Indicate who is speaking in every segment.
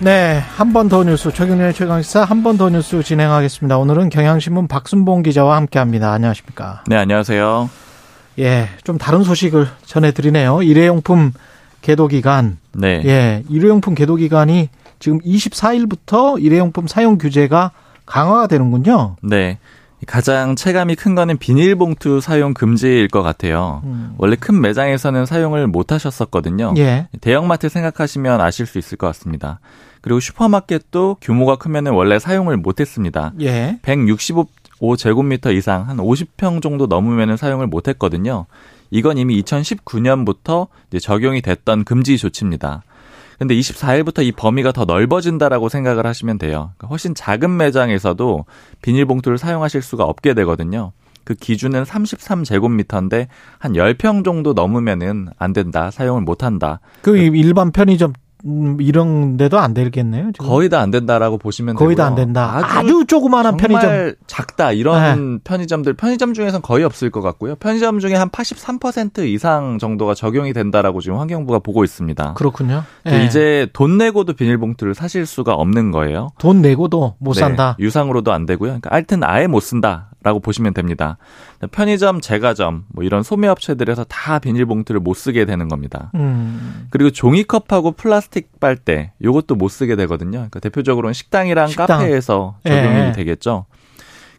Speaker 1: 네, 한 번 더 뉴스 최경련의 최강시사 한 번 더 뉴스 진행하겠습니다. 오늘은 경향신문 박순봉 기자와 함께합니다. 안녕하십니까?
Speaker 2: 네, 안녕하세요.
Speaker 1: 예, 좀 다른 소식을 전해드리네요. 일회용품 개도 기간,
Speaker 2: 네.
Speaker 1: 예, 일회용품 개도 기간이 지금 24일부터 일회용품 사용 규제가 강화가 되는군요.
Speaker 2: 네. 가장 체감이 큰 거는 비닐봉투 사용 금지일 것 같아요.
Speaker 1: 음.
Speaker 2: 원래 큰 매장에서는 사용을 못 하셨었거든요.
Speaker 1: 예,
Speaker 2: 대형마트 생각하시면 아실 수 있을 것 같습니다. 그리고 슈퍼마켓도 규모가 크면 원래 사용을 못 했습니다.
Speaker 1: 예,
Speaker 2: 165제곱미터 이상 한 50평 정도 넘으면 사용을 못 했거든요. 이건 이미 2019년부터 적용이 됐던 금지 조치입니다. 근데 24일부터 이 범위가 더 넓어진다라고 생각을 하시면 돼요. 그러니까 훨씬 작은 매장에서도 비닐봉투를 사용하실 수가 없게 되거든요. 그 기준은 33제곱미터인데 한 10평 정도 넘으면은 안 된다. 사용을 못 한다.
Speaker 1: 그 일반 편의점 음, 이런 데도 안 되겠네요. 지금.
Speaker 2: 거의 다 안 된다라고 보시면 되고요.
Speaker 1: 거의 다 안 된다. 아주, 조그마한 편의점. 네.
Speaker 2: 정말 작다 이런 편의점들 편의점 중에선 거의 없을 것 같고요. 편의점 중에 한 83% 이상 정도가 적용이 된다라고 지금 환경부가 보고 있습니다.
Speaker 1: 그렇군요.
Speaker 2: 아. 근데
Speaker 1: 예.
Speaker 2: 이제 돈 내고도 비닐봉투를 사실 수가 없는 거예요.
Speaker 1: 돈 내고도 못
Speaker 2: 네,
Speaker 1: 산다.
Speaker 2: 유상으로도 안 되고요. 그러니까 하여튼 아예 못 쓴다라고 보시면 됩니다. 편의점, 제과점 뭐 이런 소매업체들에서 다 비닐봉투를 못 쓰게 되는 겁니다.
Speaker 1: 음,
Speaker 2: 그리고 종이컵하고 플라스틱 빨대 요것도 못 쓰게 되거든요. 그러니까 대표적으로는 식당이랑
Speaker 1: 식당.
Speaker 2: 카페에서 적용이
Speaker 1: 예.
Speaker 2: 되겠죠.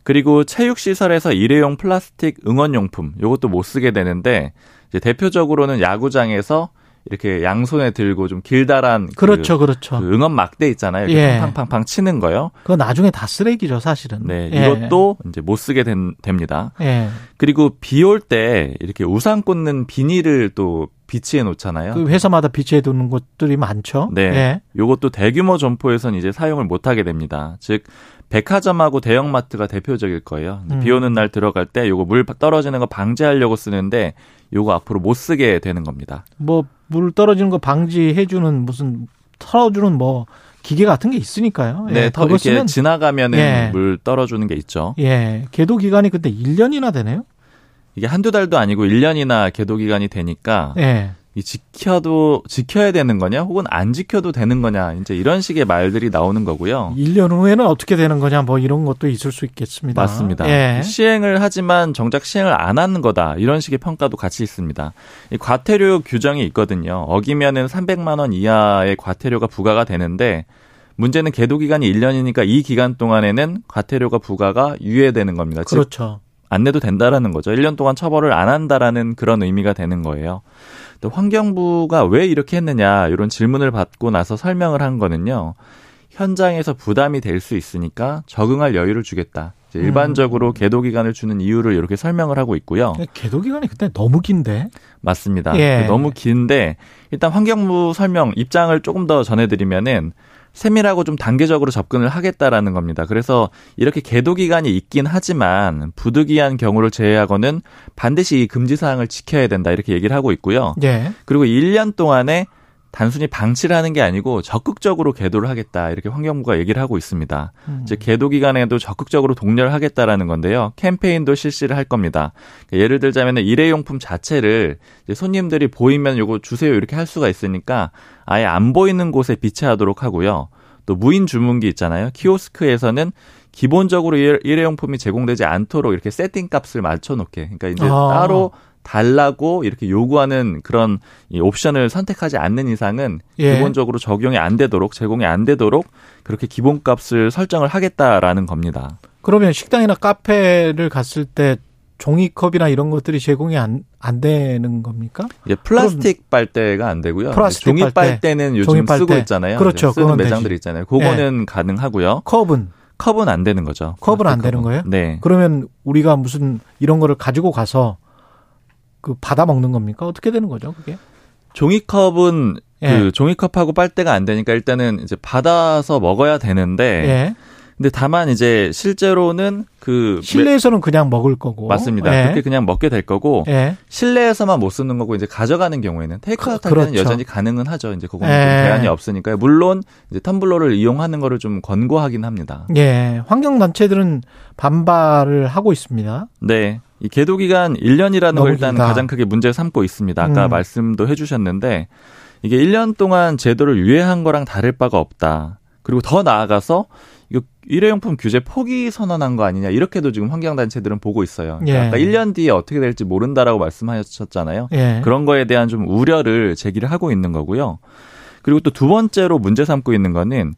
Speaker 2: 그리고 체육시설에서 일회용 플라스틱 응원용품 요것도 못 쓰게 되는데 이제 대표적으로는 야구장에서 이렇게 양손에 들고 좀 길다란 그-
Speaker 1: 그렇죠, 그렇죠.
Speaker 2: 그 응원 막대 있잖아요. 이렇게
Speaker 1: 예.
Speaker 2: 팡팡팡 치는 거요.
Speaker 1: 그거 나중에 다 쓰레기죠, 사실은.
Speaker 2: 네,
Speaker 1: 예.
Speaker 2: 이것도 이제 못 쓰게 된, 됩니다.
Speaker 1: 예.
Speaker 2: 그리고 비 올 때 이렇게 우산 꽂는 비닐을 또 비치해 놓잖아요.
Speaker 1: 그 회사마다 비치해 두는 곳들이 많죠.
Speaker 2: 네.
Speaker 1: 예.
Speaker 2: 요것도 대규모 점포에선 이제 사용을 못 하게 됩니다. 즉 백화점하고 대형마트가 대표적일 거예요.
Speaker 1: 음.
Speaker 2: 비 오는 날 들어갈 때 요거 물 떨어지는 거 방지하려고 쓰는데 요거 앞으로 못 쓰게 되는 겁니다.
Speaker 1: 뭐물 떨어지는 거 방지해 주는 무슨 털어 주는 뭐 기계 같은 게 있으니까요.
Speaker 2: 네,
Speaker 1: 예.
Speaker 2: 더
Speaker 1: 그거
Speaker 2: 이렇게
Speaker 1: 쓰면
Speaker 2: 지나가면은
Speaker 1: 예.
Speaker 2: 물 떨어주는 게 있죠.
Speaker 1: 예. 계도 기간이 근데 1년이나 되네요.
Speaker 2: 이게 한두 달도 아니고 1년이나 계도 기간이 되니까
Speaker 1: 예.
Speaker 2: 이 지켜도 지켜야 되는 거냐 혹은 안 지켜도 되는 거냐 이제 이런 식의 말들이 나오는 거고요.
Speaker 1: 1년 후에는 어떻게 되는 거냐 뭐 이런 것도 있을 수 있겠습니다.
Speaker 2: 맞습니다. 그
Speaker 1: 예.
Speaker 2: 시행을 하지만 정작 시행을 안 하는 거다 이런 식의 평가도 같이 있습니다. 이 과태료 규정이 있거든요. 어기면은 300만 원 이하의 과태료가 부과가 되는데 문제는 계도 기간이 1년이니까 이 기간 동안에는 과태료가 부과가 유예되는 겁니다. 즉
Speaker 1: 그렇죠.
Speaker 2: 안 내도 된다라는 거죠. 1년 동안 처벌을 안 한다라는 그런 의미가 되는 거예요. 또 환경부가 왜 이렇게 했느냐 이런 질문을 받고 나서 설명을 한 거는요. 현장에서 부담이 될 수 있으니까 적응할 여유를 주겠다. 이제 일반적으로 계도 기간을 주는 이유를 이렇게 설명을 하고 있고요.
Speaker 1: 계도 기간이 근데 너무 긴데.
Speaker 2: 어. 맞습니다. 그
Speaker 1: 예.
Speaker 2: 너무 긴데 일단 환경부 설명 입장을 조금 더 전해드리면은 세밀하고 좀 단계적으로 접근을 하겠다라는 겁니다. 그래서 이렇게 계도 기간이 있긴 하지만 부득이한 경우를 제외하고는 반드시 이 금지 사항을 지켜야 된다 이렇게 얘기를 하고 있고요.
Speaker 1: 예.
Speaker 2: 그리고 1년 동안에 단순히 방치를 하는 게 아니고 적극적으로 계도를 하겠다 이렇게 환경부가 얘기를 하고 있습니다.
Speaker 1: 음.
Speaker 2: 즉 계도 기간에도 적극적으로 독려를 하겠다라는 건데요. 캠페인도 실시를 할 겁니다. 그러니까 예를 들자면 일회용품 자체를 이제 손님들이 보이면 요거 주세요 이렇게 할 수가 있으니까 아예 안 보이는 곳에 비치하도록 하고요. 또 무인 주문기 있잖아요. 키오스크에서는 기본적으로 일- 일회용품이 제공되지 않도록 이렇게 세팅 값을 맞춰 놓게. 그러니까 이제
Speaker 1: 아.
Speaker 2: 따로 달라고 이렇게 요구하는 그런 이 옵션을 선택하지 않는 이상은
Speaker 1: 예.
Speaker 2: 기본적으로 적용이 안 되도록 제공이 안 되도록 그렇게 기본값을 설정을 하겠다라는 겁니다.
Speaker 1: 그러면 식당이나 카페를 갔을 때 종이컵이나 이런 것들이 제공이 안, 안 되는 겁니까?
Speaker 2: 이제 플라스틱 빨대가 안 되고요.
Speaker 1: 플라스틱
Speaker 2: 종이
Speaker 1: 빨대.
Speaker 2: 빨대는 요즘
Speaker 1: 종이 빨대.
Speaker 2: 쓰고 있잖아요.
Speaker 1: 그렇죠.
Speaker 2: 이제 쓰는
Speaker 1: 그건 되지.
Speaker 2: 매장들 있잖아요. 그거는 가능하고요.
Speaker 1: 컵은
Speaker 2: 컵은 안 되는 거죠.
Speaker 1: 컵은 안
Speaker 2: 플라스틱
Speaker 1: 되는
Speaker 2: 컵은.
Speaker 1: 거예요?
Speaker 2: 네.
Speaker 1: 그러면 우리가 무슨 이런 거를 가지고 가서 그 받아 먹는 겁니까? 어떻게 되는 거죠, 그게?
Speaker 2: 종이컵은
Speaker 1: 예.
Speaker 2: 그 종이컵하고 빨대가 안 되니까 일단은 이제 받아서 먹어야 되는데
Speaker 1: 예.
Speaker 2: 근데 다만 이제 실제로는 그
Speaker 1: 실내에서는 그냥 먹을 거고.
Speaker 2: 맞습니다.
Speaker 1: 예.
Speaker 2: 그렇게 그냥 먹게 될 거고
Speaker 1: 예.
Speaker 2: 실내에서만 못 쓰는 거고 이제 가져가는 경우에는 테이크아웃
Speaker 1: 그-
Speaker 2: 할 때는
Speaker 1: 그렇죠.
Speaker 2: 여전히 가능은 하죠. 이제 그거는
Speaker 1: 예.
Speaker 2: 좀 대안이 없으니까요. 물론 이제 텀블러를 이용하는 거를 좀 권고하긴 합니다.
Speaker 1: 예. 환경 단체들은 반발을 하고 있습니다.
Speaker 2: 네. 이 계도 기간 1년이라는
Speaker 1: 너무
Speaker 2: 걸 일단
Speaker 1: 길다.
Speaker 2: 가장 크게 문제 삼고 있습니다. 아까
Speaker 1: 음.
Speaker 2: 말씀도 해 주셨는데 이게 1년 동안 제도를 유예한 거랑 다를 바가 없다. 그리고 더 나아가서 이거 일회용품 규제 포기 선언한 거 아니냐 이렇게도 지금 환경 단체들은 보고 있어요. 그러니까
Speaker 1: 예.
Speaker 2: 아까 1년 뒤에 어떻게 될지 모른다라고 말씀하셨잖아요.
Speaker 1: 예.
Speaker 2: 그런 거에 대한 좀 우려를 제기를 하고 있는 거고요. 그리고 또 두 번째로 문제 삼고 있는 거는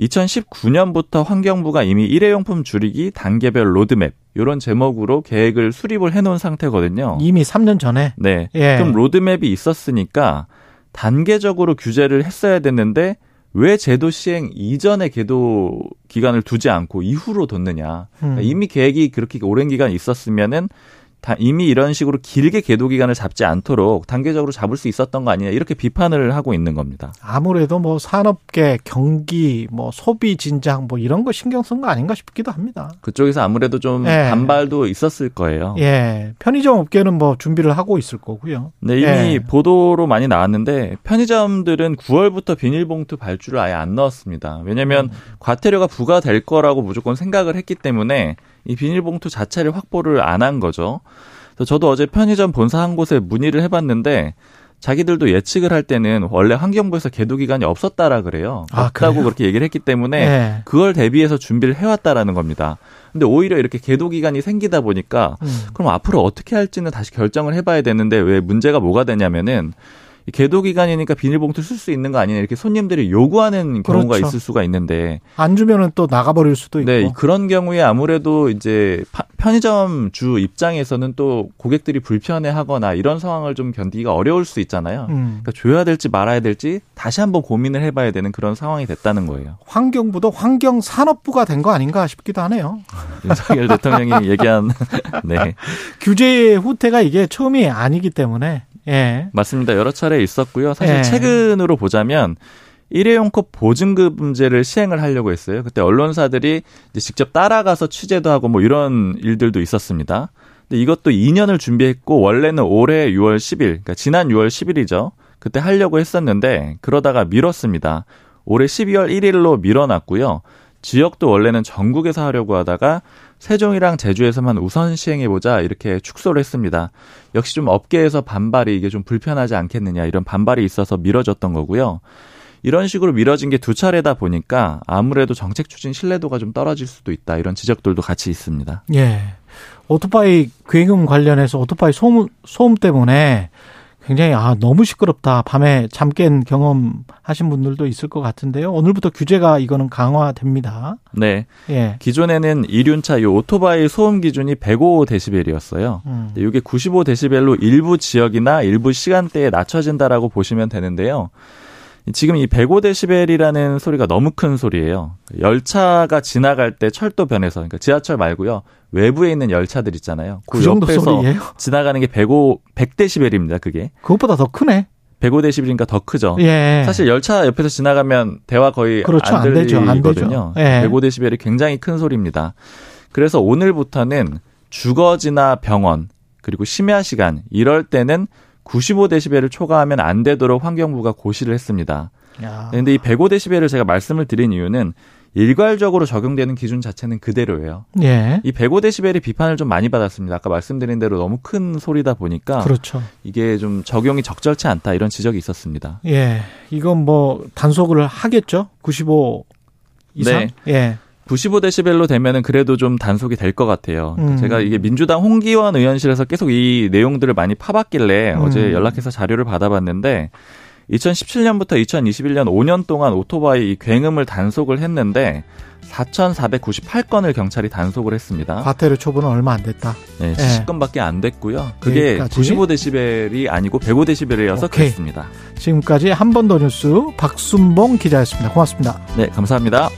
Speaker 2: 2019년부터 환경부가 이미 일회용품 줄이기 단계별 로드맵 이런 제목으로 계획을 수립을 해놓은 상태거든요.
Speaker 1: 이미 3년 전에
Speaker 2: 네.
Speaker 1: 예.
Speaker 2: 그럼 로드맵이 있었으니까 단계적으로 규제를 했어야 됐는데 왜 제도 시행 이전에 계도 기간을 두지 않고 이후로 뒀느냐.
Speaker 1: 음.
Speaker 2: 그러니까 이미 계획이 그렇게 오랜 기간 있었으면은 다 이미 이런 식으로 길게 계도 기간을 잡지 않도록 단계적으로 잡을 수 있었던 거 아니냐 이렇게 비판을 하고 있는 겁니다.
Speaker 1: 아무래도 뭐 산업계, 경기, 뭐 소비 진작 뭐 이런 거 신경 쓴 거 아닌가 싶기도 합니다.
Speaker 2: 그쪽에서 아무래도 좀
Speaker 1: 예.
Speaker 2: 반발도 있었을 거예요.
Speaker 1: 예. 편의점 업계는 뭐 준비를 하고 있을 거고요.
Speaker 2: 네, 이미
Speaker 1: 예.
Speaker 2: 보도로 많이 나왔는데 편의점들은 9월부터 비닐봉투 발주를 아예 안 넣었습니다. 왜냐하면
Speaker 1: 음.
Speaker 2: 과태료가 부과될 거라고 무조건 생각을 했기 때문에 이 비닐봉투 자체를 확보를 안 한 거죠. 그래서 저도 어제 편의점 본사 한 곳에 문의를 해봤는데 자기들도 예측을 할 때는 원래 환경부에서 계도 기간이 없었다라 그래요.
Speaker 1: 아,
Speaker 2: 없다고
Speaker 1: 그래요?
Speaker 2: 그렇게 얘기를 했기 때문에
Speaker 1: 예.
Speaker 2: 그걸 대비해서 준비를 해왔다라는 겁니다. 근데 오히려 이렇게 계도 기간이 생기다 보니까
Speaker 1: 음.
Speaker 2: 그럼 앞으로 어떻게 할지는 다시 결정을 해봐야 되는데 왜 문제가 뭐가 되냐면은 이 계도 기간이니까 비닐봉투 쓸 수 있는 거 아니냐 이렇게 손님들이 요구하는 경우가
Speaker 1: 그렇죠.
Speaker 2: 있을 수가 있는데
Speaker 1: 안 주면은 또 나가버릴 수도 있고.
Speaker 2: 네 이- 그런 경우에 아무래도 이제 파- 편의점 주 입장에서는 또 고객들이 불편해하거나 이런 상황을 좀 견디기가 어려울 수 있잖아요.
Speaker 1: 음.
Speaker 2: 그러니까 줘야 될지 말아야 될지 다시 한번 고민을 해봐야 되는 그런 상황이 됐다는 거예요.
Speaker 1: 환경부도 환경산업부가 된 거 아닌가 싶기도 하네요.
Speaker 2: 윤석열 대통령이 얘기한 네
Speaker 1: 규제의 후퇴가 이게 처음이 아니기 때문에 예.
Speaker 2: 맞습니다. 여러 차례 있었고요. 사실
Speaker 1: 예.
Speaker 2: 최근으로 보자면 일회용컵 보증금제를 시행을 하려고 했어요. 그때 언론사들이 이제 직접 따라가서 취재도 하고 뭐 이런 일들도 있었습니다. 근데 이것도 2년을 준비했고 원래는 올해 6월 10일, 그러니까 지난 6월 10일이죠. 그때 하려고 했었는데 그러다가 미뤘습니다. 올해 12월 1일로 미뤄놨고요. 지역도 원래는 전국에서 하려고 하다가 세종이랑 제주에서만 우선 시행해보자 이렇게 축소를 했습니다. 역시 좀 업계에서 반발이 이게 좀 불편하지 않겠느냐 이런 반발이 있어서 미뤄졌던 거고요. 이런 식으로 미뤄진 게 두 차례다 보니까 아무래도 정책 추진 신뢰도가 좀 떨어질 수도 있다 이런 지적들도 같이 있습니다.
Speaker 1: 예. 오토바이 괴금 관련해서 오토바이 소음, 소음 때문에 굉장히 아 너무 시끄럽다 밤에 잠 깬 경험 하신 분들도 있을 것 같은데요. 오늘부터 규제가 이거는 강화됩니다.
Speaker 2: 네.
Speaker 1: 예.
Speaker 2: 기존에는 이륜차 요 오토바이 소음 기준이 105데시벨이었어요.
Speaker 1: 음.
Speaker 2: 네, 이게 95데시벨로 일부 지역이나 일부 시간대에 낮춰진다라고 보시면 되는데요. 지금 이 105데시벨이라는 소리가 너무 큰 소리예요. 열차가 지나갈 때 철도변에서 그러니까 지하철 말고요. 외부에 있는 열차들 있잖아요. 그,
Speaker 1: 그 정도
Speaker 2: 옆에서
Speaker 1: 소리예요?
Speaker 2: 지나가는 게 105, 100데시벨입니다. 그게.
Speaker 1: 그것보다 더 크네.
Speaker 2: 105데시벨이니까 더 크죠.
Speaker 1: 예.
Speaker 2: 어, 사실 열차 옆에서 지나가면 대화 거의
Speaker 1: 그렇죠.
Speaker 2: 안
Speaker 1: 안 되죠. 안 되죠.
Speaker 2: 들리거든요.
Speaker 1: 예.
Speaker 2: 105데시벨이 굉장히 큰 소리입니다. 그래서 오늘부터는 주거지나 병원 그리고 심야 시간 이럴 때는 95데시벨을 초과하면 안 되도록 환경부가 고시를 했습니다.
Speaker 1: 야.
Speaker 2: 그런데 이 105데시벨을 제가 말씀을 드린 이유는 일괄적으로 적용되는 기준 자체는 그대로예요.
Speaker 1: 예.
Speaker 2: 이 105데시벨이 비판을 좀 많이 받았습니다. 아까 말씀드린 대로 너무 큰 소리다 보니까
Speaker 1: 그렇죠.
Speaker 2: 이게 좀 적용이 적절치 않다 이런 지적이 있었습니다.
Speaker 1: 예. 이건 뭐 단속을 하겠죠. 95 이상.
Speaker 2: 네.
Speaker 1: 예.
Speaker 2: 95데시벨로 되면은 그래도 좀 단속이 될 것 같아요. 그러니까
Speaker 1: 음.
Speaker 2: 제가 이게 민주당 홍기원 의원실에서 계속 이 내용들을 많이 파봤길래
Speaker 1: 음.
Speaker 2: 어제 연락해서 자료를 받아봤는데 2017년부터 2021년 5년 동안 오토바이 이 굉음을 단속을 했는데 4,498건을 경찰이 단속을 했습니다.
Speaker 1: 과태료 처분은 얼마 안 됐다.
Speaker 2: 네,
Speaker 1: 예.
Speaker 2: 10건밖에 안 됐고요. 그게
Speaker 1: 여기까지.
Speaker 2: 95데시벨이 아니고 105데시벨이어서
Speaker 1: 오케이.
Speaker 2: 그랬습니다.
Speaker 1: 지금까지 한 번 더 뉴스 박순봉 기자였습니다. 고맙습니다.
Speaker 2: 네, 감사합니다.